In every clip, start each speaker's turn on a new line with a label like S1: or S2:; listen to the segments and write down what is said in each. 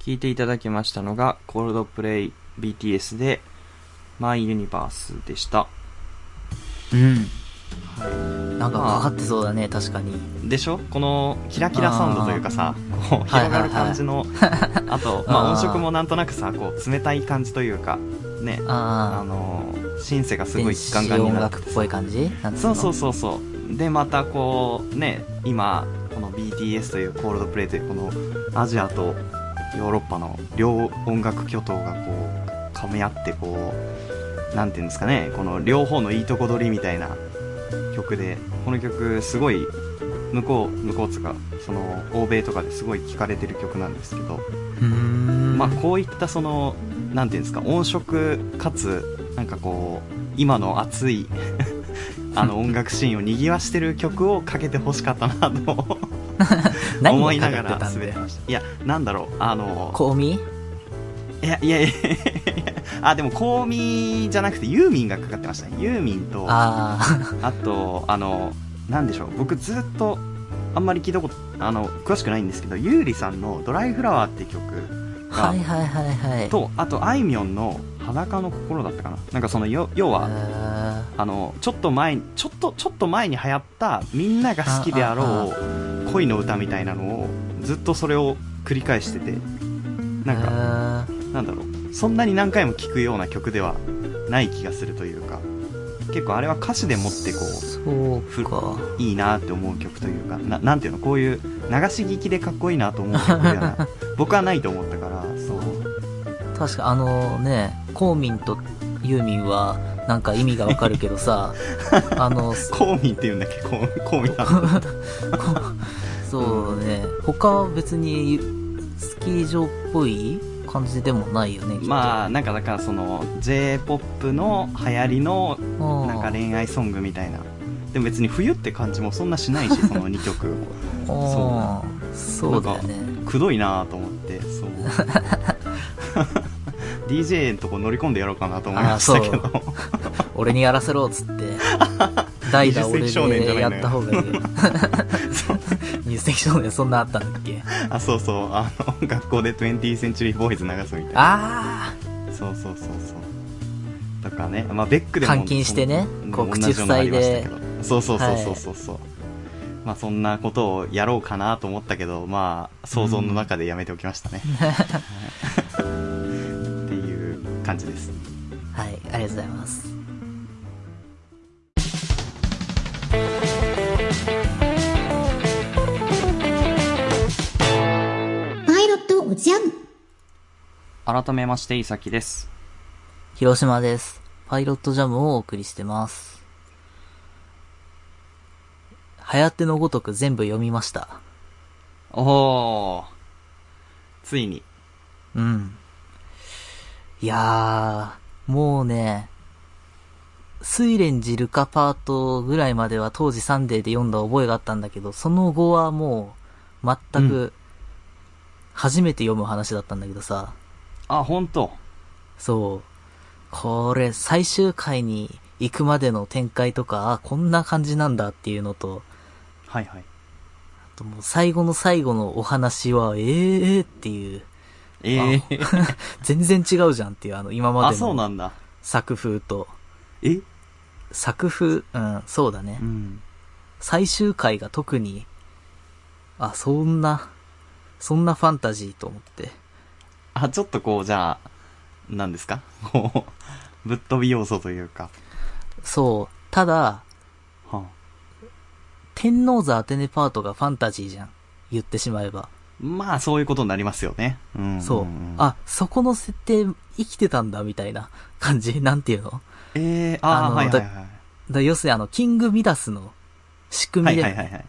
S1: 聞いていただきましたのが、コールドプレイ BTS で、マイユニバースでした。
S2: うん。
S1: は
S2: なんかかかってそうだね、確かに。
S1: い、でしょこのキラキラサウンドというかさ、こう広がる感じの、あと、まあ
S2: あー
S1: 音色もなんとなくさ、こう冷たい感じというか、ね、あ
S2: ああ。
S1: のー、シンセがすごい
S2: 電
S1: ガン
S2: 子
S1: ガンに
S2: 音
S1: なって
S2: 楽
S1: て
S2: っぽい感じなんつ
S1: そうそう
S2: そ
S1: そうそうでまたこうね今この BTS というコールドプレイというこのアジアとヨーロッパの両音楽巨頭がこうかみ合ってこうなんていうんですかねこの両方のいいとこ取りみたいな曲でこの曲すごい向こう向こうつうかその欧米とかですごい聴かれてる曲なんですけど
S2: うーん。
S1: まあ、こういったそのなんていうんですか音色かつなんかこう今の熱い あ の音楽シーンを賑わしてる曲をかけてほしかったなと
S2: 何
S1: 思い
S2: が
S1: な
S2: か
S1: が
S2: かって
S1: ら
S2: たん
S1: 滑
S2: だ
S1: り
S2: よ。
S1: ましたいやなんだろうあの
S2: コウミ
S1: いやいやいやい やあでもコーミーじゃなくてユーミンがかかってましたねユーミンとあ
S2: ああ。
S1: とあのなんでしょう僕ずっとあんまり聞いたことあの詳しくないんですけどゆうりさんの「ドライフラワー」って曲が
S2: はいはいはいはい。
S1: とあとあいみょんの「裸の心」だったかななんかそのよ要は
S2: あ
S1: あのちょっと前にちょっとちょっと前に流行ったみんなが好きであろう恋の歌みたいなのをずっとそれを繰り返しててなんか
S2: か。
S1: なんだろうそんなに何回も聴くような曲ではない気がするというか結構あれは歌詞でもってこう
S2: そうか。
S1: いいなって思う曲というかななんていうのこういう流し聞きでかっこいいなと思う曲ではな僕はないと思ったからそう
S2: 確かあのね公民とユーミンはなんか意味がわかるけどさ あの
S1: 公民っていうんだっけ公公民なんだ
S2: そうね他は別にスキー場っぽい感じでもないよね
S1: まあなんかだからその j p o p の流行りの
S2: あ
S1: なんか恋愛ソングみたいなでも別に冬って感じもそんなしないしその2曲
S2: そうそうだよね
S1: くどいなと思ってそう DJ のとこ乗り込んでやろうかなと思いましたけ
S2: あ
S1: ど
S2: 俺にやらせろっつって代打
S1: 20
S2: 俺
S1: 世紀少年じゃな
S2: で
S1: い
S2: や
S1: のよ
S2: った方がいいよ20世紀少年そんなあったんだっけ
S1: あそうそうあの学校で 20th Century Boys 流すみたいな
S2: あ
S1: そうそうそうそうだからね、まあ、ベック
S2: あ
S1: でも
S2: 監禁してね
S1: うん
S2: こう
S1: 同じ
S2: 口
S1: ようなのあ
S2: 塞
S1: り
S2: い
S1: ました
S2: で
S1: けどそうそうそうそうそうそう、まあそんなことをやろうかなと思ったけどまあ想像の中でやめておきましたね、はい っていう感じです
S2: はいありがとうございます
S3: パイロットおじゃん
S1: 改めましていさきです
S2: 広島です。パイロットジャムをお送りしてます。流行ってのごとく全部読みました。
S1: おおついに
S2: うん。いやー、もうね、睡蓮寺ルカパートぐらいまでは当時サンデーで読んだ覚えがあったんだけど、その後はもう、全
S1: う
S2: く、初めて読む話だったんだけどさ、
S1: あ本当
S2: そう。これ、最終回に行くまでの展開とか、あ、こんな感じなんだっていうのと、
S1: はいはい
S2: あともう最後の最後のお話は、えー、っていう、
S1: ええ
S2: 全然違うじゃんっていう、あの、今ま
S1: あ
S2: で
S1: そうな
S2: の
S1: んだ
S2: 作風と、
S1: え
S2: 作風、うん、そうだね
S1: う。ん
S2: 最終回が特に、あ、そんな、そんなファンタジーと思って。
S1: あちょっとこうじゃあ何ですかこうぶっ飛び要素というか
S2: そう。ただ、
S1: はあ
S2: 天皇座アテネパートがファンタジーじゃん。言ってしまえば。
S1: まあ、そういうことになりますよね。うん、
S2: そう。
S1: あ、
S2: あ、そこの設定生きてたんだ、みたいな 感じ。なんていうの
S1: ええあ
S2: あ
S1: あ、
S2: の
S1: はいはい
S2: だ
S1: はい。
S2: だ要するにあの、キングミダスの仕組
S1: は
S2: み
S1: い
S2: で、
S1: はいはいはい。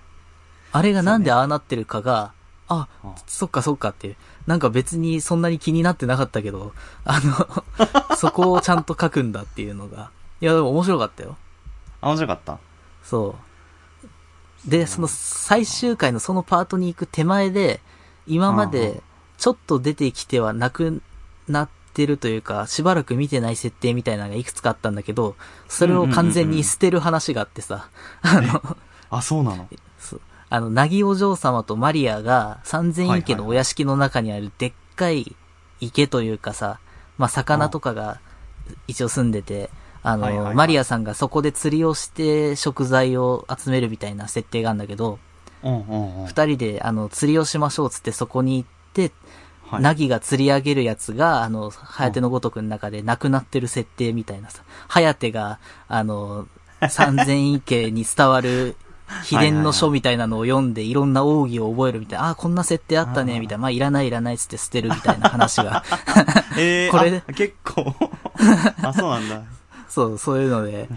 S2: あれがなんでああなってるかが、あ
S1: うん、
S2: そっかそっかっていう。なんか別にそんなに気になってなかったけど、あ の、そこをちゃんと書くんだっていうのが。いや、でも面白かったよ。
S1: あ、面白かった。
S2: そう。で、その最終回のそのパートに行く手前で、今までちょっと出てきてはなくなってるというか、しばらく見てない設定みたいなのがいくつかあったんだけど、それを完全に捨てる話があってさ、あの、
S1: あ、そうなの。
S2: そうあの、なぎお嬢様とマリアが三千院家のお屋敷の中にあるでっい池というかさ、まあ、魚とかが一応住んでて、あの、
S1: はいはいはい
S2: マリアさんがそこで釣りをして食材を集めるみたいな設定があるんだけど、
S1: うんうんうん。
S2: 二人で、あの、釣りをしましょうっつってそこに行って、
S1: はい
S2: ナギが釣り上げるやつが、あの、ハヤテのごとくの中で亡くなってる設定みたいなさ、ハヤテが、あの、三千池に伝わ る秘伝の書みたいなのを読んで、いろんな奥義を覚えるみたいな、ああ、こんな設定あったね、みたいな、まあ、いらないいらないっつって捨てるみたいな話が、
S1: えー、
S2: これで
S1: あ結 構。あ、そうなんだ。
S2: そう、そういうので、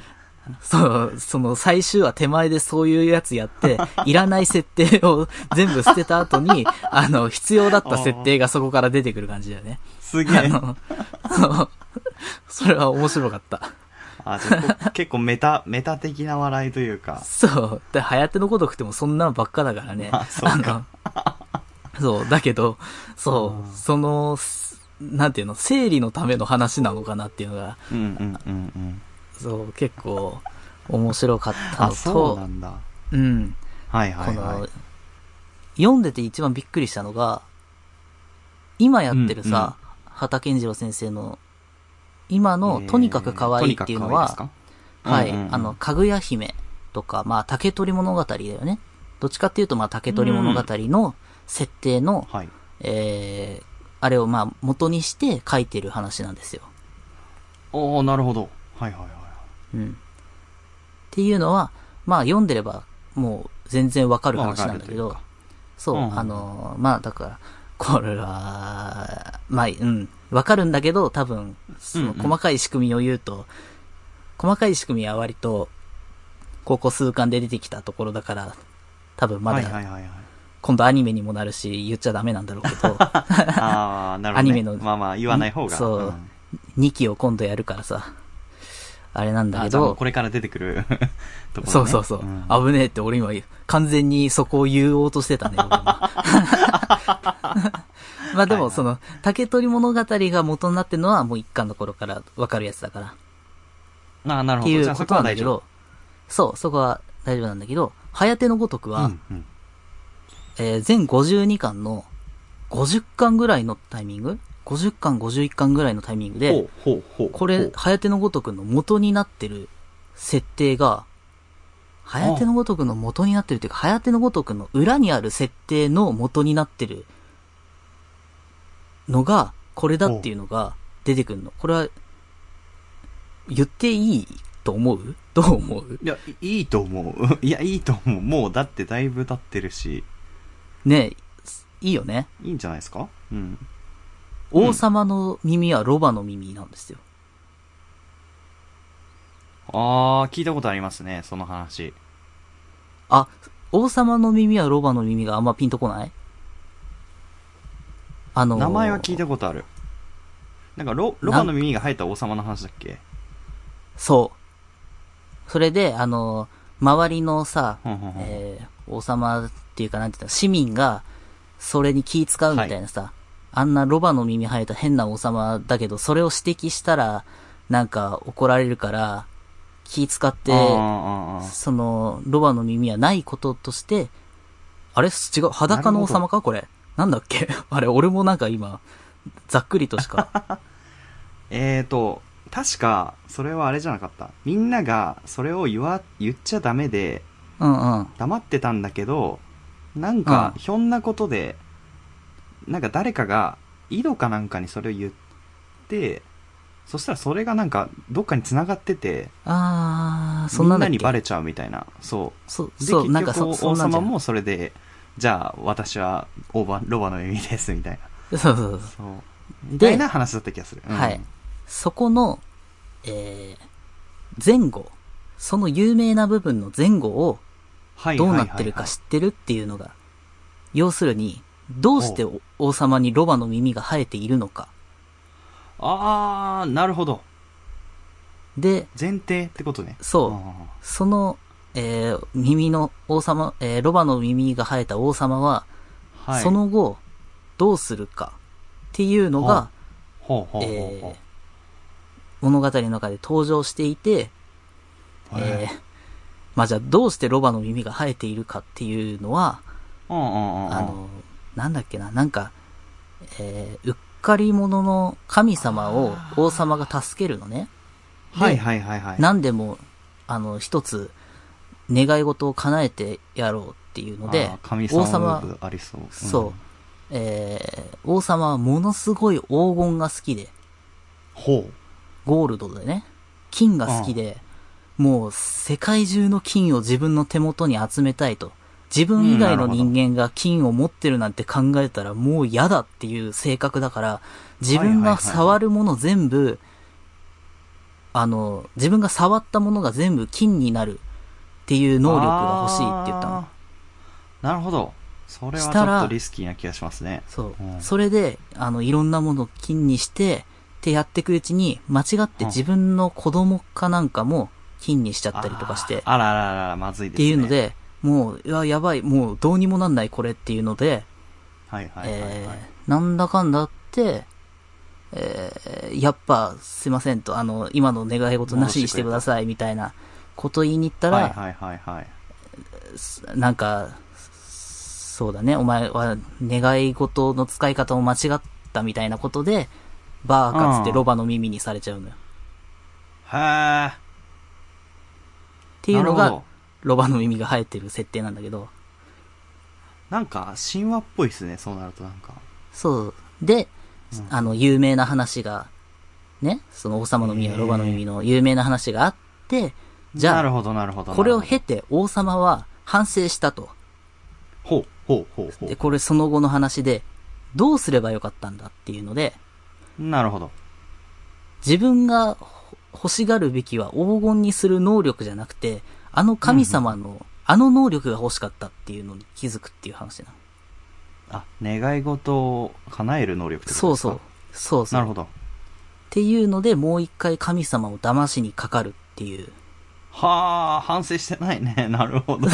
S2: そう、その最終は手前でそういうやつやって、いらない設定を全部捨てた後に、あの、必要だった設定がそこから出てくる感じだよね。
S1: すげ
S2: あ
S1: え。
S2: の、そうそれは面白かった。
S1: あ、じゃあこ結構メタ、メタ的な笑いというか。
S2: そう。で、流行ってのごとくてもそんなのばっかだからね。
S1: あそうか
S2: あの。そう、だけど、そう、その、すなんていうの、整理のための話なのかなっていうのが、
S1: うんうんうんうん。
S2: そう、結構、面白かったの
S1: あ、
S2: と、
S1: そうなんだ。
S2: うん。
S1: はいは
S2: こ
S1: い
S2: の、
S1: はい。
S2: 読んでて一番びっくりしたのが、今やってるさ、畑健次郎先生の、今の、とにかく可愛いっていうのは、はい、あの、、かぐや姫とか、まあ、竹取物語だよね。どっちかっていうと、まあ、竹取物語の設定の、
S1: はいはい
S2: えー、あれをまあ、元にして書いてる話なんですよ。
S1: おー、なるほど。はいはいはい。
S2: うん。っていうのは、まあ、読んでれば、もう、全然わかる
S1: まあわ
S2: 話
S1: か
S2: なん
S1: る
S2: だ
S1: と
S2: け
S1: いう
S2: ど、
S1: か
S2: そう、
S1: うんうん
S2: あのーまあ、だから、これは、まあ、うん、わかるんだけど、多分、その
S1: うんうん
S2: 細かい仕組みを言うと、細かい仕組みは割と、ここ数巻で出てきたところだから、多分ま
S1: はいは
S2: だ、
S1: いはい はい。
S2: 今度アニメにもなるし、言っちゃダメなんだろうけ ど、
S1: あー、なるほど、ね。
S2: アニメの
S1: まあまあ、言わない方が。
S2: そう
S1: うん
S2: 2期を今度やるからさ、あれなんだ
S1: あ
S2: け
S1: じゃあもう
S2: ど
S1: こ、れから出てくる ところ、ね。
S2: そうそうそう、
S1: ん
S2: 危ねえって俺今、完全にそこを言おうとし てたね、俺今 まあで
S1: はいはい
S2: もその、竹取物語が元になってるのはもう一巻の頃からわかるやつだから。
S1: あーなる
S2: っ
S1: ほ
S2: て
S1: ど。
S2: い
S1: じゃ
S2: う
S1: あ
S2: こ
S1: そこ
S2: と
S1: は
S2: なんだ
S1: 大
S2: け
S1: 丈夫。
S2: ど、そう、そこは大丈夫なんだけど、早手のごとくは、
S1: うんうん
S2: えー全52巻の50巻ぐらいのタイミング ?50 巻、51巻ぐらいのタイミング
S1: ほ
S2: で、
S1: うほうほう。
S2: こ
S1: ほ
S2: れ
S1: う、
S2: 早手のごとくの元になってる設定が、早手のごとくの元になってるというか、早手のごとくの裏にある設定の元になってるのが、これだっていうのが出てくるの。これは、言っていいと思う どう思う
S1: いや、いいいと思う。 いや、いいと思う。もう、だってだいぶ経ってるし、
S2: ねえ、いいよね。
S1: いいんじゃないですかうん。
S2: 王様の耳はロバの耳なんですよ。
S1: あー、聞いたことありますね、その話。
S2: あ、王様の耳はロバの耳があんまピンとこないあのー
S1: 名前は聞いたことある。なんかロ、ロバの耳が生えた王様の話だっけ
S2: そう。それで、あのー周りのさ、
S1: ほんほんほん
S2: えー王様っていうかなんていうの、市民が、それに気使うみたいなさ、あんなロバの耳生えた変な王様だけど、それを指摘したら、なんか怒られるから、気使って、
S1: あーあーあー
S2: その、ロバの耳はないこととして、あれ違う、裸の王様かこれ。なんだっけ あれ、俺もなんか今、ざっくりとし か。
S1: えーと、確か、それはあれじゃなかった。みんなが、それを言わ、言っちゃダメで、
S2: うんうん。
S1: 黙ってたんだけど、なんか、
S2: うん
S1: ひょんなことで、なんか誰かが、井戸かなんかにそれを言って、そしたらそれがなんか、どっかに繋がってて、
S2: あー、そ
S1: み
S2: ん
S1: ん
S2: なんだ
S1: な
S2: っけ
S1: にバレちゃうみたいな。そう。
S2: そう、
S1: で、
S2: そう、なんか
S1: 結
S2: そ、
S1: 局
S2: そ
S1: 王
S2: んなんじ
S1: 様
S2: ゃん
S1: もそれで、じゃあ、私は、オーバー、ロバの耳です、みたいな。
S2: そうそうそう。
S1: そう。みたいな話だった気がする。うん
S2: はい。そこの、えー、前後。その有名な部分の前後を
S1: はい。
S2: どうなっ
S1: は
S2: てるか
S1: いはいはい
S2: 知ってるっていうのが、要するに、どうしてお王様にロバの耳が生えているのか。
S1: あー、なるほど。
S2: で、
S1: 前提ってことね。、
S2: そううん
S1: うんうん
S2: その、えー耳の王様、えーロバの耳が生えた王様は、
S1: はい。
S2: そ、の後、どうするかっていうのが
S1: は、ほうほうほう
S2: え
S1: ほう
S2: ー物語の中で登場していて、
S1: へー
S2: えーまあじゃあどうしてロバの耳が生えているかっていうのは、
S1: うんうんうんうん。
S2: あの、なんだっけな、なんか、えーうっかり者の神様を王様が助けるのね。
S1: はいはいはいはい。
S2: 何でも、あの、一つ、願い事を叶えてやろうっていうので
S1: あー、神様
S2: 王
S1: 王
S2: 様
S1: 様、ありそう。うん
S2: そう、。えー王様はものすごい黄金が好きで、
S1: ほ
S2: ゴールドでね、金が好きで、もう世界中の金を自分の手元に集めたいと。自分以外の
S1: うんなるほど
S2: 人間が金を持ってるなんて考えたらもう嫌だっていう性格だから、自分が触るもの全部、あの、自分が触ったものが全部金になるっていう
S1: う。
S2: 能力が欲しいって言ったの
S1: あ。ー。なるほど。それは
S2: し
S1: ちょ
S2: た
S1: っ
S2: ら
S1: とリスキーな気がしますね。
S2: そう
S1: う。ん
S2: それで、あの、いろんなものを金にして、ってやっていくうちに、間違って自分の子供かなんかも金にしちゃったりとかして、っ
S1: あーあらあらあらあら、まずいです
S2: て
S1: ね。
S2: いうの、で、もう、うわ、やばい、もうどうにもなんないこれっていうので、
S1: はいはいはい、はい
S2: えー、なんだかんだあって、えー、やっぱ、すいませんと、あの、今の願い事なしにしてください、みたいなこと言いに行ったら、
S1: はいはいはいはい。
S2: なんか、そうだね、お前は願い事の使い方を間違ったみたいなことで、バーカつってロバの耳にされちゃうのよ。っ
S1: はあ。
S2: ていうの
S1: なるほ
S2: が
S1: ど、
S2: ロバの耳が生えてる設定なんだけど、
S1: なんか、神話っぽいですね、そうなるとなんか。
S2: そう。で
S1: うん、
S2: あの、有名な話が、ね、その王様の耳
S1: へ
S2: や
S1: ー
S2: ロバの耳の有名な話があって、じ
S1: な
S2: ゃ
S1: る
S2: あ、
S1: ほどなるほど。
S2: これを
S1: なる
S2: 経て王様は反省したと。
S1: ほど、ほう、ほう、ほう、
S2: で、
S1: ほ
S2: これその後の話で、どうすればよかったんだっていうので、
S1: う。なるほど。
S2: 自分がほ欲しがるべきは黄金にする能力じゃなくて、あの神様の、あの能力が欲しかったっていうのに気づくっていう話なの。
S1: あ、願い事を叶える能力ってこと
S2: そう
S1: ですか
S2: そう。。そうそう。
S1: なるほど。
S2: っていうので、もう一回神様を騙しにかかるっ ていう、
S1: はあ、反省してないね。 なるほど。
S2: っ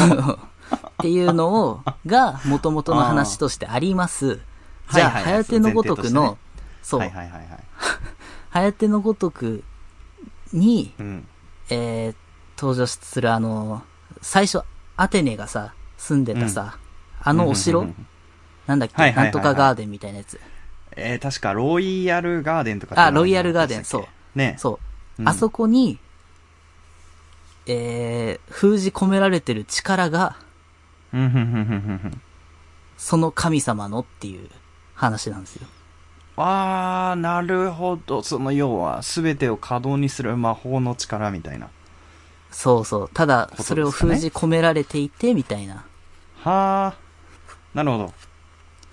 S2: ていうのを、が、元々の話としてあります。じゃ
S1: は
S2: あ、
S1: いはい
S2: ハヤテのごとくの、そう、
S1: はいはいはいはい。
S2: ハヤテのごとくに、
S1: うん。
S2: えー登場するあの、最初、アテネがさ、住んでたさ、あのお
S1: う
S2: 城
S1: んうんうん
S2: なんだっ
S1: はい
S2: け
S1: はいはいは
S2: なん
S1: い
S2: とかガーデンみたいなやつ。
S1: えー、確か、ロイヤルガーデンとか
S2: あロイヤルガーデン
S1: でしたっけ
S2: そ
S1: ね。
S2: そうう。
S1: ん
S2: あそこに、えー、封じ込められてる力が、
S1: うん、ふんふんふんふんふん。
S2: その神様のっていう話なんですよ。
S1: あー、なるほど。その、要は、すべてを可動にする魔法の力みたいな。
S2: そうそう。ただ、
S1: ことですかね
S2: それを封じ込められていて、みたいな。
S1: はあ。なるほど。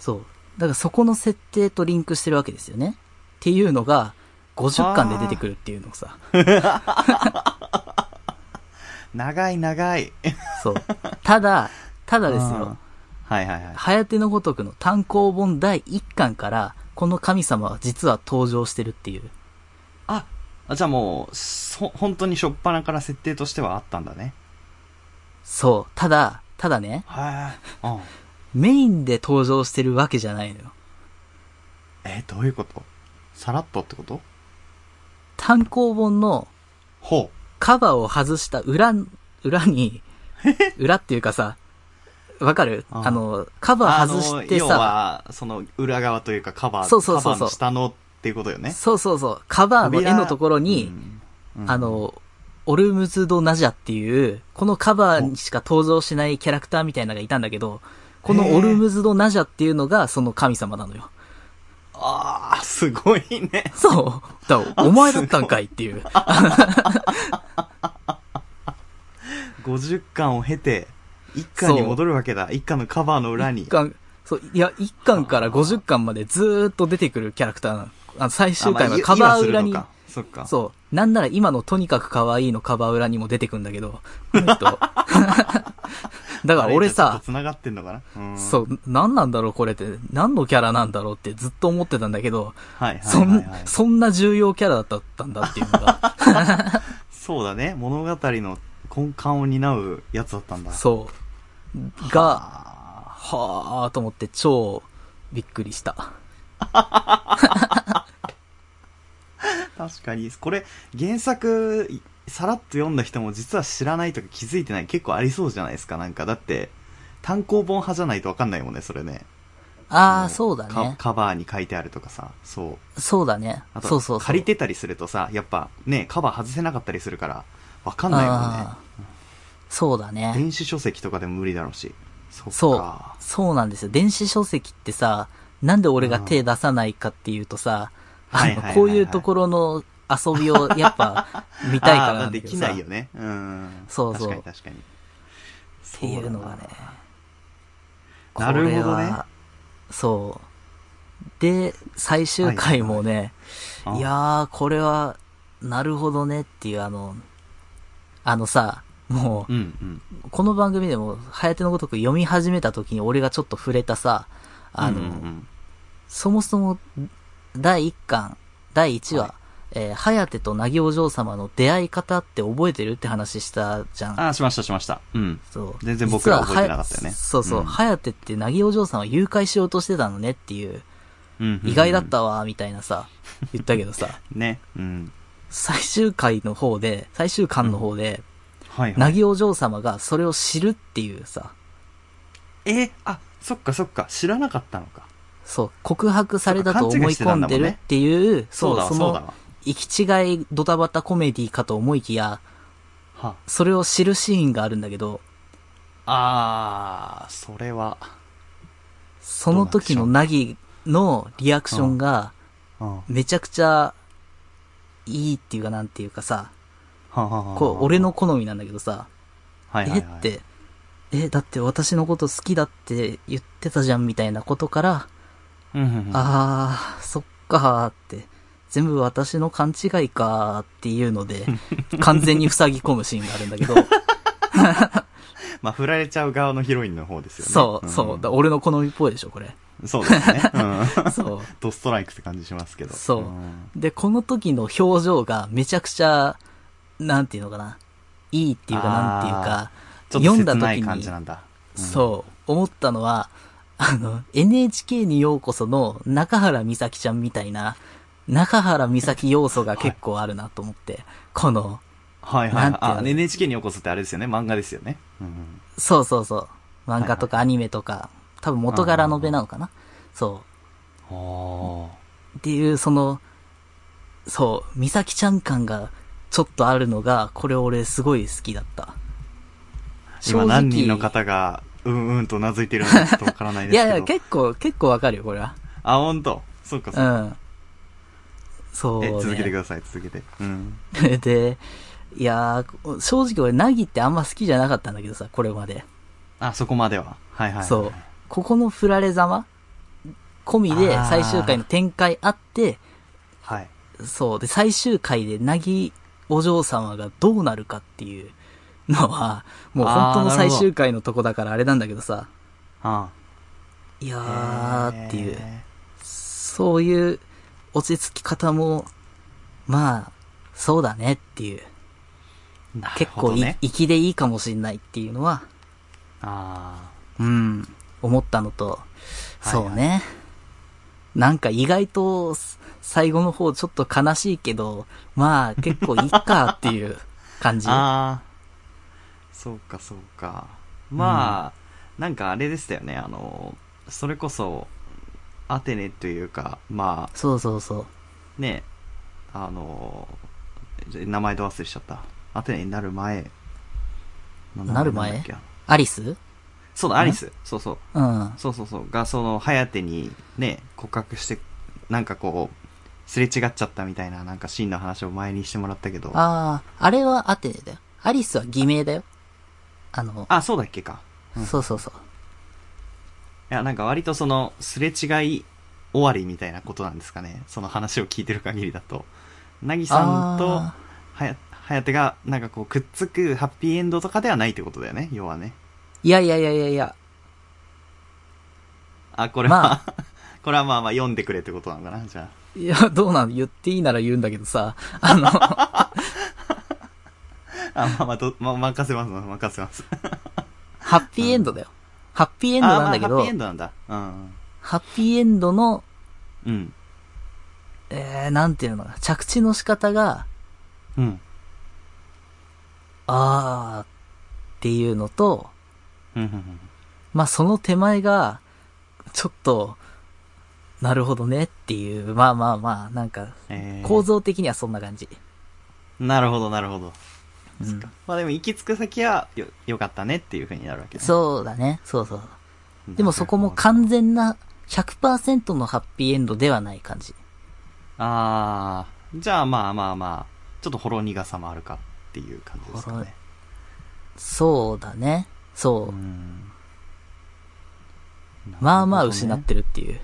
S2: そう。だからそこの設定とリンクしてるわけですよね。っていうのが、50巻で出てくるっていうのをさ。
S1: 長い長い。
S2: そう。ただ、ただです
S1: うん
S2: よ。
S1: はいはいはい。
S2: ハヤテのごとくの単行本第1巻から、この神様は実は登場してるっていう。
S1: あ、あじゃあもう、そ、本当に初っ端から設定としてはあったんだね。
S2: そう。ただ、ただね、
S1: はい。うん。
S2: メインで登場してるわけじゃないのよ。
S1: えーどういうことさらっとってこと
S2: 単行本の
S1: ほ
S2: カバーを外した裏、裏に、裏っていうかさ、わかる
S1: あ
S2: あの、カ
S1: う。
S2: バー外して
S1: 要
S2: さ、
S1: は、その、裏側というかカバー、
S2: そうそうそうそう
S1: カバーの下のっていうことよね。
S2: そうそうそう、カバーの絵のところに、
S1: うん、
S2: あの、オルムズ・ド・ナジャっていう、このカバーにしか登場しないキャラクターみたいなのがいたんだけど、こ
S1: へ
S2: の
S1: ー
S2: オルムズ・ド・ナジャっていうのがその神様な のよ。
S1: あー、すごいね。
S2: そう。だからお前だったんかいっていう。
S1: 50巻を経て、1巻に戻るわけだ。1巻のカバーの裏に
S2: 一。巻、そう、いや、1巻から50巻までずーっと出てくるキャラクターなの。あの最終回はカバー裏に、
S1: あまあ今するのかそっか。
S2: そう。なんなら今のとにかく可愛いのカバー裏にも出てくんだけど、こ の人。だから
S1: あれ
S2: 俺
S1: じゃあちょっ
S2: さ
S1: と、繋がってんのかなうん。
S2: そう、何なんだろうこれって、何のキャラなんだろうってずっと思ってたんだけど、
S1: はいはい
S2: そ
S1: はい
S2: ん
S1: はい、。
S2: そんな重要キャラだったんだっていうの が、
S1: そうだね。物語の根幹を担うやつだったんだ。
S2: そう。が、
S1: あ
S2: はーと思って超びっくりした。
S1: ー確かに。これ、原作、さらっと読んだ人も実は知らないとか気づいてない。結構ありそうじゃないですか。なんか、だって、単行本派じゃないとわかんないもんね、それね。
S2: あ
S1: の
S2: あ、そうだ
S1: カ
S2: ね。
S1: カバーに書いてあるとかさ、そう。
S2: そうだね
S1: あ。と
S2: そうそうそう。
S1: 借りてたりするとさ、やっぱね、カバー外せなかったりするから、わかんないも
S2: あーそうだ
S1: んね。
S2: ね。
S1: 電子書籍とかでも無理だろうし。そっか。
S2: そう。そうなんですよ。電子書籍ってさ、なんで俺が手出さないかっていうとさ、
S1: は
S2: あ
S1: いはいはいは
S2: の、
S1: い
S2: こういうところの遊びをやっぱ見たいから
S1: あ
S2: な
S1: ー
S2: んだ
S1: で
S2: け
S1: き
S2: どさ。
S1: ない
S2: っ
S1: よね。うん。
S2: そうそう
S1: 確かに確かに。
S2: ていうのがね。
S1: そうだななるほどね
S2: これは。そう。で、最終回もね、
S1: あ
S2: いやー、これは、なるほどねっていうあの、あのさ、も
S1: うんうん。
S2: う、この番組でも、早手のごとく読み始めた時に俺がちょっと触れたさ、あの、
S1: うんうんうん
S2: そもそも、第1巻、第1話、
S1: はい
S2: えー、早手となぎお嬢様の出会い方って覚えてるって話したじゃん。
S1: あー、しましたしました。うん。
S2: そう
S1: 全然僕ら覚えてなかったよね
S2: 実ははそうそうう、
S1: ん
S2: 早手ってなぎお嬢様を誘拐しようとしてたのねっていう、
S1: うんうんうん
S2: 意外だっ。たわ、みたいなさ、言ったけどさ、
S1: ね。うん。
S2: 最終回の方で、最終巻の方で、
S1: はいは。
S2: ないぎお嬢様がそれを知るっていうさ、
S1: えーあ、そっかそっか。知らなかったのか。
S2: そう、告白されたと
S1: そうか勘
S2: 思
S1: 違
S2: い
S1: いしてた
S2: 込
S1: ん
S2: ん
S1: だも
S2: で
S1: ん
S2: る
S1: ね
S2: っていう、
S1: そうだわ、
S2: そ
S1: そうだ
S2: の
S1: わ。、
S2: 行き違いドタバタコメディかと思いきや、
S1: は
S2: それを知るシーンがあるんだけど、
S1: あー、それは。
S2: その時のなぎのリアクションが、
S1: うん。は
S2: めちゃくちゃ、いいっていうかなんていうかさ、
S1: あはあはあ
S2: こう、俺の好みなんだけどさ、
S1: はいは
S2: え
S1: い
S2: っ
S1: はい、
S2: て、え、だって私のこと好きだって言ってたじゃんみたいなことから、
S1: うんうんうん、
S2: あー、そっかーって、全部私の勘違いかーっていう ので、完全に塞ぎ込むシーンがあるんだけど、
S1: まあ、振られちゃう側のヒロインの方ですよね。
S2: そう、
S1: ん
S2: そう、だ俺の好みっぽいでしょ、これ。
S1: そうですね。 うん。
S2: そう。
S1: ドストライクって感じしますけど。
S2: そうんで、この時の表情がめちゃくちゃ、なんていうのかな、いいっていうか、なんていうか、
S1: ちょっと
S2: 読んだ
S1: 切
S2: 時に
S1: ない感じなんだ。
S2: そう、思ったのは、あの、NHK にようこその中原美咲ちゃんみたいな、中原美咲要素が結構あるなと思って、この、
S1: はいはい
S2: なんていうの
S1: はい。あ、NHK によこそってあれですよね。漫画ですよね。うん。
S2: そうそうそう、漫画とかアニメとか、多分元柄のべなのかな、そ
S1: お
S2: う、っていう、その、そう、美咲ちゃん感がちょっとあるのが、これ俺すごい好きだった。
S1: 今何人の
S2: 正直
S1: 方が、うんうんと頷いてるのかちょっとわからない
S2: い
S1: ですけど。
S2: やいや、結構、結構わかるよ、これは。
S1: あ、ほんと。そうか、そう
S2: う
S1: か。
S2: ん。そう、ね。
S1: え、続けてください、続けて。うん。
S2: で、いやー、正直俺、ナギってあんま好きじゃなかったんだけどさ、これまで。
S1: あ、そこまでは。はいはいはい。
S2: そう。ここの振られざま込みで
S1: あー
S2: 最終回の展開あって、
S1: はい。
S2: そう。で、最終回でナギお嬢様がどうなるかっていうのは、もう本当の
S1: あーなる
S2: 最
S1: ほど
S2: 終回のとこだからあれなんだけどさ、
S1: あ
S2: いや
S1: あ
S2: ーっていう。そういう落ち着き方も、まあ、そうだねっていう。結構い、
S1: ね。
S2: 粋でいいかもしれないっていうのは、
S1: あ
S2: うん、思ったのと、
S1: い
S2: そうね。なんか意外と、す最後の方ちょっと悲しいけど、まあ結構いいかって いう感じ。
S1: あ。ああ。そうか、そうか。まあ、なんかあれでしたよね。あの、それこそ、アテネというか、ま
S2: そうそうそう。
S1: あ、ね、あの、名前ど忘れしちゃった。アテネになる前。
S2: なる前
S1: んだっけ
S2: アリス
S1: そうだ、アリス。そうそう。
S2: うん。
S1: そうそうそう。が、その、ハ手にね、告白して、なんかこう、すれ違っちゃったみたいな、なんかシーンの話を前にしてもらったけど。あ、
S2: ああ、あれはアテネだよ。アリスは偽名だよ。あの、
S1: そうだっけか。うん
S2: そうそうそう。
S1: いや、なんか割とその、すれ違い終わりみたいなことなんですかね。その話を聞いてる限りだと。なぎさんと、
S2: あ
S1: はや、はやてが、なんかこう、くっつくハッピーエンドとかではないってことだよね、要はね。
S2: いやいやいやいやいや、
S1: あ、これは、 これはまあまあ読んでくれってことなのかな、じゃあ。
S2: いや、どうなの言っていいなら言うんだけどさ、あの、
S1: あ、まあまあど、まあ、任せます、任せます。
S2: ハッピーエンドだよ。ハッピーエンドなんだけ
S1: あまあハッ
S2: ど
S1: ピーエ、ンドなんだ。うん。
S2: ハッピーエンドの、
S1: うん。
S2: えー、なんていうのかな、着地の仕方が、
S1: うん。
S2: あーっていうのと、
S1: うん。うん。
S2: まあ、その手前が、ちょっと、なるほどねっていう、まあまあまあ、なんか、
S1: えー
S2: 構造的にはそんな感じ。
S1: なるほど、なるほど。
S2: うん
S1: まあでも行き着く先はよ、よかったねっていうふうになるわけね。
S2: そうだね、そうそう。
S1: う
S2: でもそこも完全な100%のハッピーエンドではない感じ。
S1: あー、じゃあまあまあまあ、ちょっとほろ苦さもあるかっていう感じですかね。
S2: そうだね、そう。
S1: うん
S2: まあまあ
S1: なるほどね
S2: 失ってるっていう。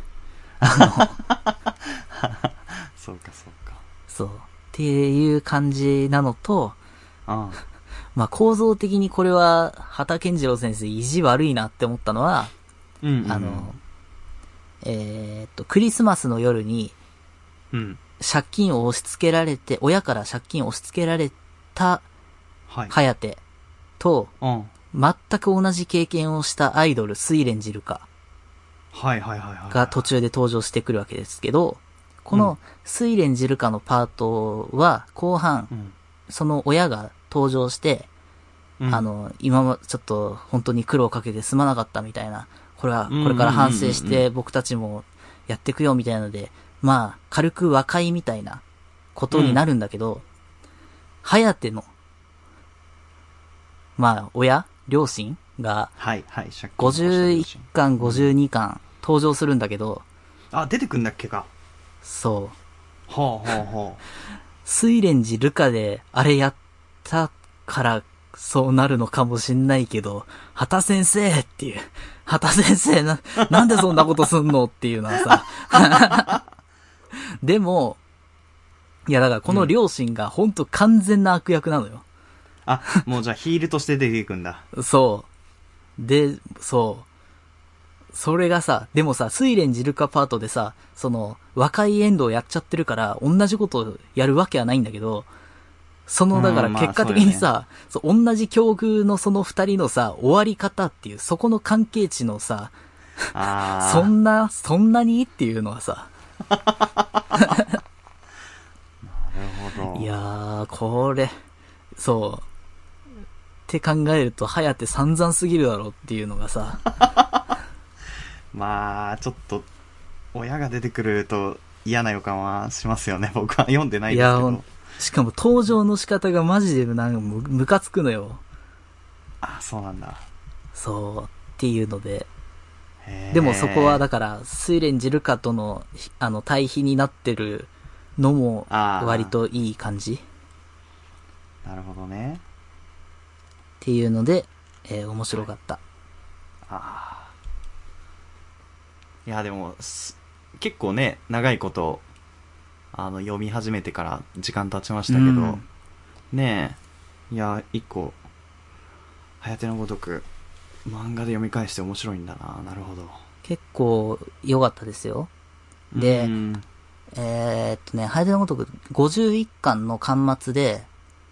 S1: そうかそうか。
S2: そう。っていう感じなのと、
S1: あ
S2: まあ構造的にこれは、畑健次郎先生意地悪いなって思ったのは、
S1: うん、うん。
S2: あの、、えーっと、クリスマスの夜に
S1: うん。
S2: 借金を押し付けられて、親から借金を押し付けられた
S1: はい。い。
S2: ハヤテと、
S1: うん。
S2: 全く同じ経験をしたアイドル、スイレンジルカ
S1: はいはいはいはい。
S2: が途中で登場してくるわけですけど、こ
S1: うん
S2: のスイレンジルカのパートは、後半
S1: う、ん。
S2: その親が登場して、
S1: うん
S2: あ、の、今もちょっと本当に苦労かけてすまなかったみたいな、これは、
S1: うん
S2: これから反省し
S1: うんうんうん
S2: て僕たちもやってくよみたいなので、まあ、軽く和解みたいなことになるんだけど、ハヤテの、まあ、親両親が、
S1: はいはい、借金をした両
S2: 51
S1: 親
S2: 巻、52巻登場するんだけど、
S1: あ、出てくんだっけか。
S2: そう、
S1: ほうほうほう。
S2: スイレンジルカであれやったからそうなるのかもしんないけど、畑先生っていう、畑先生な、なんでそんなことすんのっていうのはさ。でも、いやだからこの両親がほんと完全な悪役なのよ。
S1: あ、もうじゃあヒールとして出てくん だ。
S2: そう。で、そう。それがさ、でもさ、スイレンジルカパートでさ、その、和解エンドをやっちゃってるから、同じことをやるわけはないんだけど、その、だか
S1: う
S2: ら
S1: んまあ
S2: 結果的にさ、そう同じ境遇のその二人のさ、終わり方っていう、そこの関係値のさ、
S1: あー。
S2: そんな、そんなにっていうのはさ、
S1: なるほど。
S2: いやー、これ、そう。って考えると、ハヤテ散々すぎるだろうっていうのがさ、
S1: まあ、ちょっと、親が出てくると嫌な予感はしますよね。 僕は読んでないですけ
S2: ほ
S1: ど
S2: ん。しかも登場の仕方がマジでなんかむムカつくのよ。
S1: あ、そうなんだ。
S2: そう。っていうので。
S1: へー
S2: でもそこは、だから、スイレンジルカとの、ひあの、対比になってるのも、
S1: あー
S2: 割といい感じっ
S1: なるほどね。
S2: ていうので、えー面白かった。
S1: あーいや、でも、す結構ね、長いこと、あの、読み始めてから時間経ちましたけど、
S2: うん
S1: ねえ、いや、一個、はやてのごとく、漫画で読み返して面白いんだな。なるほど。
S2: 結構、良かったですよ。で
S1: うん
S2: えーっとね、ハイデのごとく51巻の巻末で、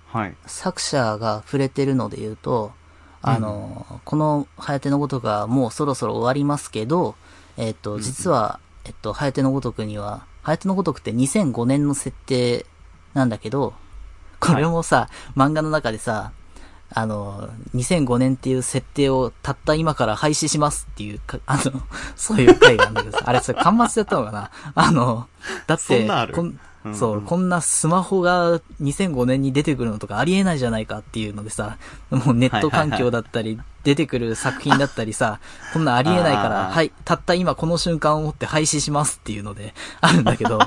S1: はい。
S2: 作者が触れてるので言うと、あの、この、ハヤテのごとくはもうそろそろ終わりますけど、えっ、と、実は、えっと、ハヤテのごとくには、ハヤテのごとくって2005年の設定なんだけど、これもさ、漫画の中でさ、あの、2005年っていう設定をたった今から廃止しますっていうか、あの、そういう回があるんだけどさ、あれ、それ、端末だったのかなあの、だっ
S1: そ
S2: て、
S1: んなんある
S2: こん
S1: うん
S2: そ
S1: う
S2: う、
S1: ん
S2: こんなスマホが2005年に出てくるのとかありえないじゃないかっていうのでさ、もうネット環境だったり、出てくる作品だったりさ、こんなありえないか
S1: あ
S2: ら、
S1: ー
S2: はい、たった今この瞬間をもって廃止しますっていうので、あるんだけど、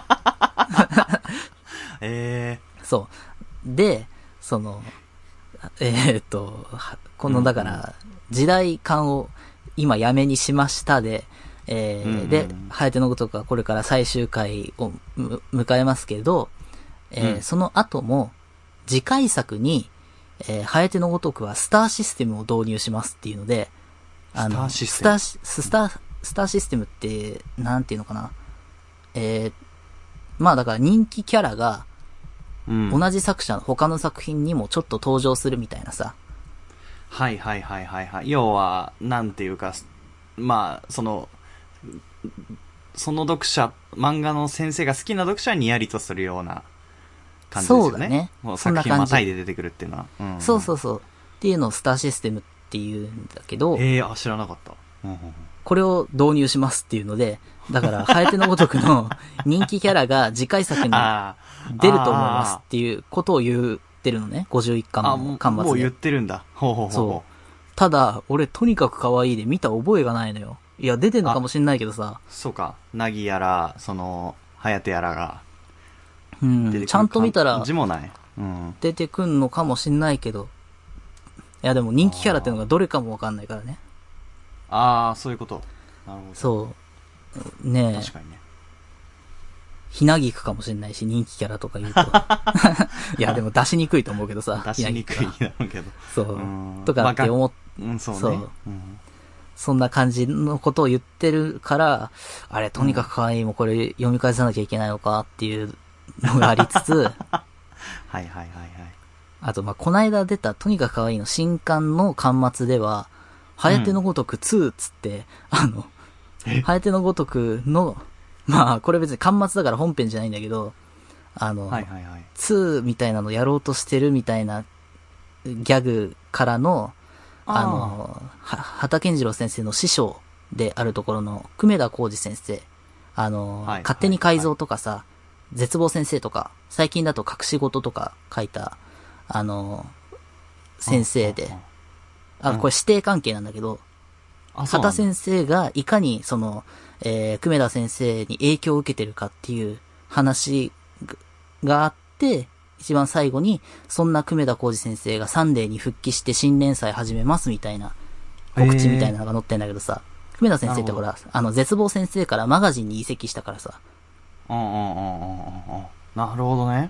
S1: え
S2: そう。で、その、えーっと、はこのだから、時代感を今やめにしましたで、えー
S1: うんうんうん
S2: で、ハヤテのごとくはこれから最終回をむ迎えますけど、えー
S1: うん
S2: その後も、次回作に、えー、ハヤテのごとくはスターシステムを導入しますっていうので、
S1: スターシステム
S2: スターシスター、スターシステムって、なんていうのかな。えー、まあだから人気キャラが、
S1: ーうん
S2: 同じ作者の他の作品にもちょっと登場するみたいなさ。
S1: はいはいはいはいはい。要は、なんていうか、すまあ、その、その読者、漫画の先生が好きな読者はにやりとするような感じですよね。
S2: そうだね
S1: もう
S2: そ
S1: 作
S2: んな
S1: 品
S2: 感
S1: ま
S2: じ
S1: たいで出てくるっていうのは。。
S2: そうそううそう。っていうのをスターシステムっていうんだけど、
S1: ええー、あ、知らなかった。うんうんうん
S2: これを導入しますっていうので、だから、ハエテのごとく の人気キャラが次回作に
S1: あー
S2: 出ると思いますっていうことを言ってるのね、51巻
S1: あーあ
S2: の
S1: も
S2: 巻
S1: うもう
S2: 末
S1: 言っ
S2: で。
S1: てるんだほうほうほう
S2: そ
S1: ほう
S2: う。ただ、俺とにかく可愛いで見た覚えがないのよ。いや、出てんのかもしんないけどさ、
S1: そうかナギやらその颯やらが
S2: う
S1: 出てく
S2: ん、
S1: る
S2: ちゃんと見たら
S1: 感じもないうん
S2: 出てくんのかもしんないけど、いや、でも人気キャラってのがどれかもわかんないからね。
S1: ああそういうことなるほど
S2: そう。ね
S1: 確
S2: え、
S1: かにね
S2: ひなぎくかもしんないし、人気キャラと か言うと。いや、でも出しにくいと思うけどさ、
S1: 出しにくい
S2: ひなぎく
S1: だろうけど
S2: がそう
S1: うん。
S2: とかって思っ
S1: うんそうね
S2: そう
S1: うん
S2: そんな感じのことを言ってるから、あれ、とにかく可愛い、もうこれ読み返さなきゃいけないのかっていうのがありつ つ、
S1: はいはいはいはい
S2: あと、まあ、こないだ出たとにかく可愛いの新刊の巻末では、ハエテのごとく2っつって、あの、ハエテのごとくの、まあ、これ別に巻末だから本編じゃないんだけど、あの、
S1: はいはいはい
S2: 2みたいなのやろうとしてるみたいなギャグからの、あの、は、畑健次郎先生の師匠であるところの、久米田浩二先生。あの、
S1: はい
S2: 勝手に改造とかさ、絶望先生とか、最近だと隠し事とか書いた、あの、先生で。あ、これ指定関係なんだけど、
S1: あそうなん
S2: 畑
S1: だ
S2: 先生がいかにその、えー、久米田先生に影響を受けてるかっていう話ががあって、一番最後に、そんな久米田浩二先生がサンデーに復帰して新連載始めますみたいな告知みたいなのが載ってんだけどさ、久米田先生ってほら、あの、絶望先生からマガジンに移籍したからさ、
S1: うんうんうんうんうんうんなるほどね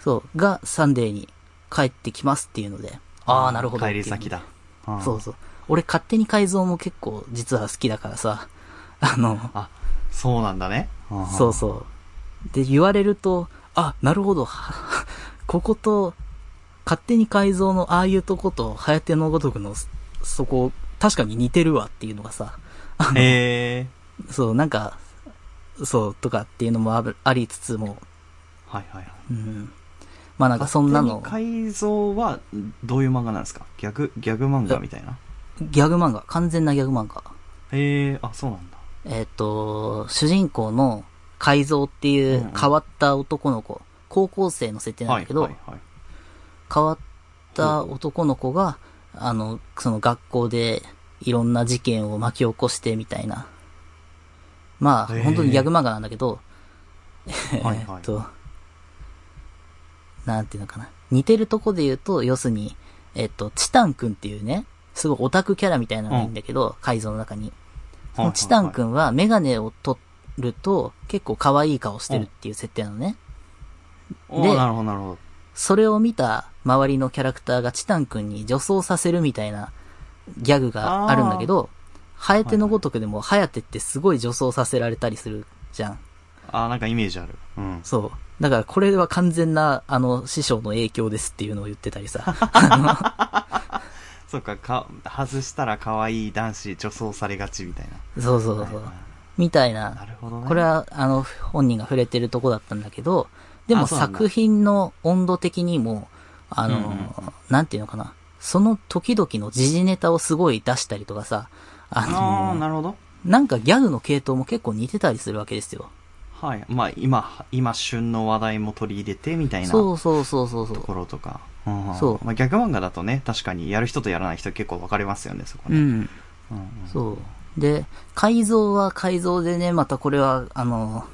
S2: そう、がサンデーに帰ってきますっていうので、ああ、なるほど。
S1: 帰り先。だうん
S2: そうそう。俺勝手に改造も結構実は好きだからさ、あの、
S1: あそうなんだねうんうん
S2: そうそう。で、言われると、あ、なるほど、 はここと、勝手に改造のああいうとこと、ハヤテのごとくの、そそこ、確かに似てるわっていうのがさ、あの
S1: へえ
S2: そう、なんか、そう、とかっていうのもあるありつつも、
S1: はいはいはい
S2: うん。まあなんかそんなの、
S1: 勝手に改造はどういう漫画なんですかギャグギャグ漫画みたいな
S2: ギャグ漫画、完全なギャグ漫画。
S1: へえあそうなんだ
S2: えっ、と、主人公の改造ってい
S1: うんう
S2: うん変わった男の子、高校生の設定なんだけど、
S1: はいはいはい
S2: 変わった男の子が、あの、その学校でいろんな事件を巻き起こしてみたいな。まあ、
S1: へえ
S2: 本当にギャグ漫画なんだけど、
S1: はい
S2: え
S1: は
S2: ー
S1: い
S2: っと、なんていうのかな。似てるとこで言うと、要するに、えっと、チタンくんっていうね、すごいオタクキャラみたいなのがいいんだけど、改造の中に。そのチタンく
S1: は
S2: んはメガネを取ると結構可愛い顔してるっていう設定なのね。
S1: いはいはいお
S2: で
S1: ーなるほどなるほど
S2: それを見た周りのキャラクターがチタン君に女装させるみたいなギャグがあるんだけど、ハエテのごとくでもハヤテってすごい女装させられたりするじゃん。
S1: あーなんかイメージあるうん
S2: そう。だからこれは完全な、あの、師匠の影響ですっていうのを言ってたりさ。 あ
S1: そっかか外したら可愛い男子女装されがちみたいな
S2: のそうそう
S1: はい
S2: そ
S1: は
S2: う。みたい
S1: いな
S2: な。
S1: るほどね
S2: これは、あの、本人が触れてるとこだったんだけど、でも
S1: あそうなんだ
S2: 作品の温度的にも、あの、
S1: うんうんうん
S2: なんていうのかな。その時々の時事ネタをすごい出したりとかさ、あの
S1: ああなるほど
S2: なんかギャグの系統も結構似てたりするわけですよ。
S1: はいまあ今今旬の話題も取り入れてみたいな
S2: そ
S1: と
S2: うそうそうそうそう。
S1: ころとかうんん
S2: そう
S1: まあ逆漫画だとね確かにやる人とやらない人結構分かれますよねそこ
S2: う
S1: ね
S2: ん。
S1: うんうん
S2: そう。で、改造は改造でね、またこれは、あの、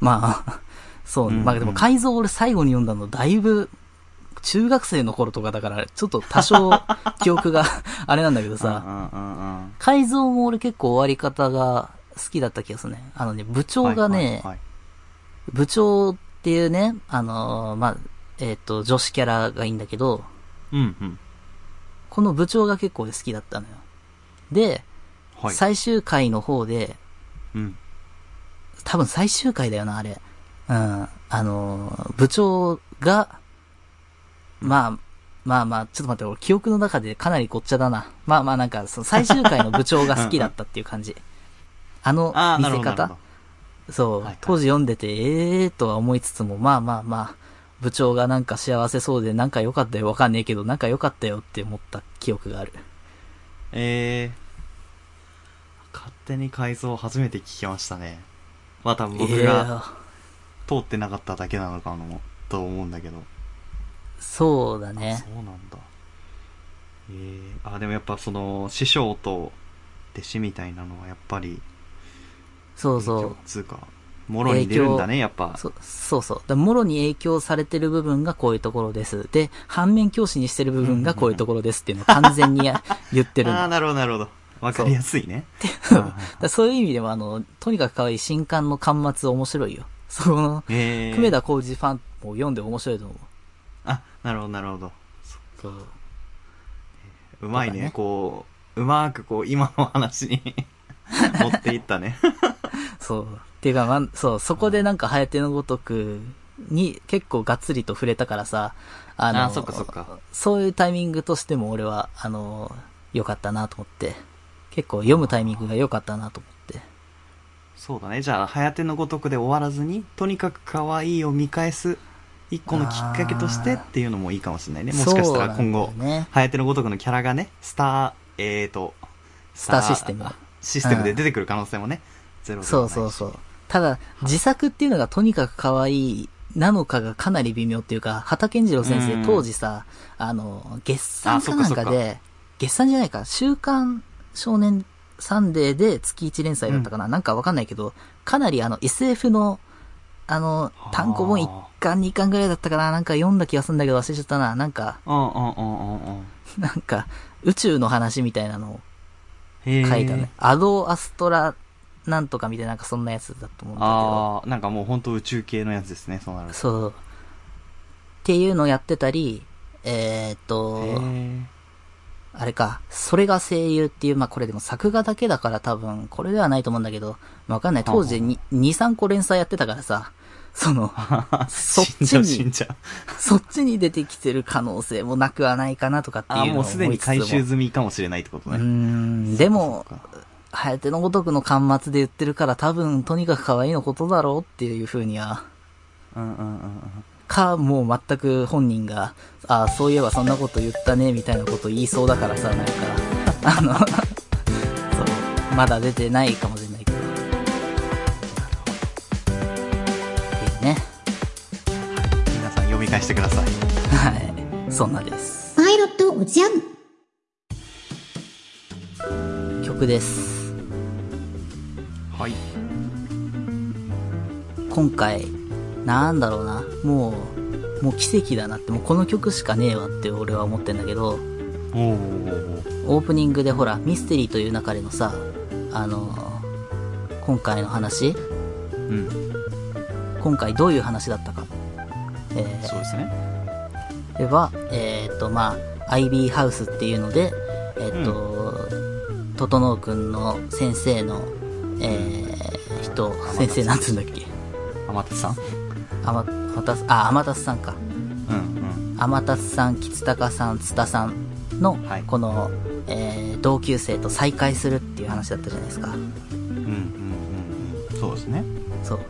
S2: まあ、 そう、
S1: うんうん
S2: まあでも改造俺最後に読んだのだいぶ、中学生の頃とかだから、ちょっと多少記憶が あれなんだけどさ、
S1: うんうんうんうん
S2: 改造も俺結構終わり方が好きだった気がするね。あのね、部長がね、
S1: はい
S2: 部長っていうね、あのまあ、えっ、と、女子キャラがいいんだけど、
S1: うんうん。
S2: この部長が結構俺好きだったのよ。で、
S1: はい。
S2: 最終回の方で、
S1: うん。
S2: 多分最終回だよな、あれ。うん。あのー、部長が、まあ、まあまあ、ちょっと待って、俺記憶の中でかなりごっちゃだな。まあまあなんか、その最終回の部長が好きだったっていう感じ。あの
S1: ああ、
S2: 見
S1: なる
S2: せ
S1: ほど。なる
S2: 方
S1: ほ
S2: そう、
S1: はいはい
S2: 当時読んでて、ええーとは思いつつも、まあまあまあ、部長がなんか幸せそうで、なんか良かったよ、わかんねえけど、なんか良かったよって思った記憶がある。
S1: どええ勝手に改造初めて聞きましたねまあ多分
S2: い
S1: 僕が
S2: や
S1: 通ってなかっただけなのかもと思うんだけど、
S2: そうだ
S1: あ
S2: ね
S1: そ。うなんだえー、あでもやっぱその師匠と弟子みたいなのはやっぱり
S2: そうそ
S1: 影
S2: う
S1: 響。つうかもろに出るんだねやっぱ
S2: そそうそう。だからもろに影響されてる部分がこういうところです。で、反面教師にしてる部分がこういうところですっていうのを完全 にや言ってるの。
S1: ああな
S2: だか
S1: るほどなるほどわかりやすいね
S2: らそういう意味でも、あの、とにかく可愛い新刊の巻末面白いよ。その、
S1: えー、
S2: 久米田浩二ファンも読んで面白いと思う。
S1: あなるほどなるほどそっか
S2: そう
S1: うまいね
S2: とかね
S1: こううまくこう今の話に 持っていったね
S2: そう。っていうか、まあ、そう、そこでなんか、早手のごとくに結構がっつりと触れたからさ、あの、
S1: あそっかそっか
S2: そういうタイミングとしても俺は、あの、良かったなと思って、結構読むタイミングが良かったなと思って。
S1: そうだねじゃあ「早手のごとく」で終わらずにとにかく可愛いを見返す一個のきっかけとしてっていうのもいいかもしれないねもしかしたら今後
S2: そうなんだよね
S1: 「早手のごとく」のキャラがねスターえーとス
S2: スターシステム
S1: システムで出てくる可能性もね、ゼロでは
S2: そ
S1: ないうし
S2: そうそう。ただ、自作っていうのがとにかく可愛いなのかがかなり微妙っていうか、畑健次郎先
S1: う
S2: 生
S1: ん
S2: 当時さ、あの、月産かなん
S1: あそっ
S2: か
S1: かそ
S2: で、月産じゃないか、週刊少年サンデーで月1連載だったかな、なんかわかんないけど、かなりあの SF の、あの、単行本1巻2巻ぐらいだったかな、なんか読んだ気がするんだけど忘れちゃったな、なんか、
S1: うんうんうんうんうん
S2: なんか、宇宙の話みたいなのを
S1: へー
S2: 書いたね。アドアストラなんとかみたいな、なんかそんなやつだと思うんだけど。
S1: ああなんかもう本当宇宙系のやつですねそうなると
S2: そう。っていうのをやってたり、えーっと、
S1: へ
S2: あれか、それが声優っていう、まあこれでも作画だけだから多分、これではないと思うんだけど、まあわかんない。当時に2、3個連載やってたからさ、その、
S1: ー
S2: そっ
S1: 死ん
S2: ち
S1: じゃう
S2: に
S1: 死んじゃう
S2: そっちに出てきてる可能性もなくはないかなとかって
S1: あ
S2: い
S1: ーも
S2: うのを
S1: うすでに回収
S2: 思いつつも
S1: 済みかもしれないってこと
S2: うー
S1: ね
S2: ん、でも、
S1: そっかそっか
S2: はやてのごとくの巻末で言ってるから多分、とにかく可愛いのことだろうっていうふうには、
S1: うんうんうんうん
S2: か、もう全く本人が、ああ、そういえばそんなこと言ったね、みたいなこと言いそうだからさ、なんか、 あの、そう、まだ出てないかもしれないけど。っていうね。
S1: 皆さん読み返してください
S2: はい。そんなです。
S3: パイロットおじゃん
S2: 曲です。
S1: はい
S2: 今回、なんだろうな、もう、もう奇跡だなって、もうこの曲しかねえわって俺は思ってんだけど、
S1: おーおーおー
S2: オープニングでほら、ミステリーという中でのさ、あの、今回の話、
S1: うん
S2: 今回どういう話だったか。えー
S1: そうですね
S2: では、えっ、と、まあ、アイビーハウスっていうので、えっ、と、ととのうくんの先生の、えー人、先生なんつうんだっけ
S1: 天達さん
S2: あま、また、あ、アマタスさんか。
S1: うん
S2: アマタスさん、キツタカさん、ツタさんの
S1: はい、
S2: この、えー同級生と再会するっていう話だったじゃないですか。
S1: うんうんうんうんうんそうですね
S2: そう。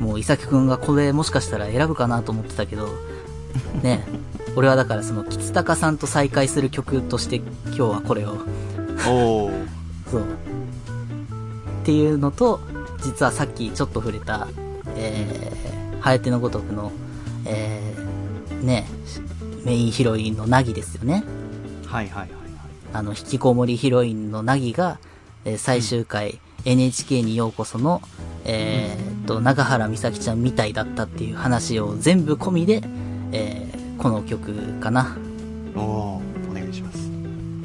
S2: もう、伊崎くんがこれもしかしたら選ぶかなと思ってたけど、 ねえ俺はだからその、吉高さんと再会する曲として、今日はこれを、
S1: おお
S2: そう。っていうのと、実はさっきちょっと触れた、えー、ハエテのごとくの、えー、ねえメインヒロインのナギですよね。
S1: はいはいはいはい
S2: あの、引きこもりヒロインのナギが、えー最終回、NHK にようこその、えーっと、長原美咲ちゃんみたいだったっていう話を全部込みで、えーこの曲かな。
S1: おおーお願いします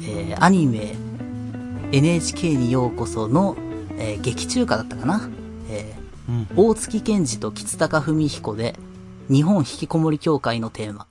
S2: えーアニメ、NHK にようこその、えー劇中歌だったかな。え
S1: うん
S2: ー大月健二と吉高文彦で、日本引きこもり協会のテーマ。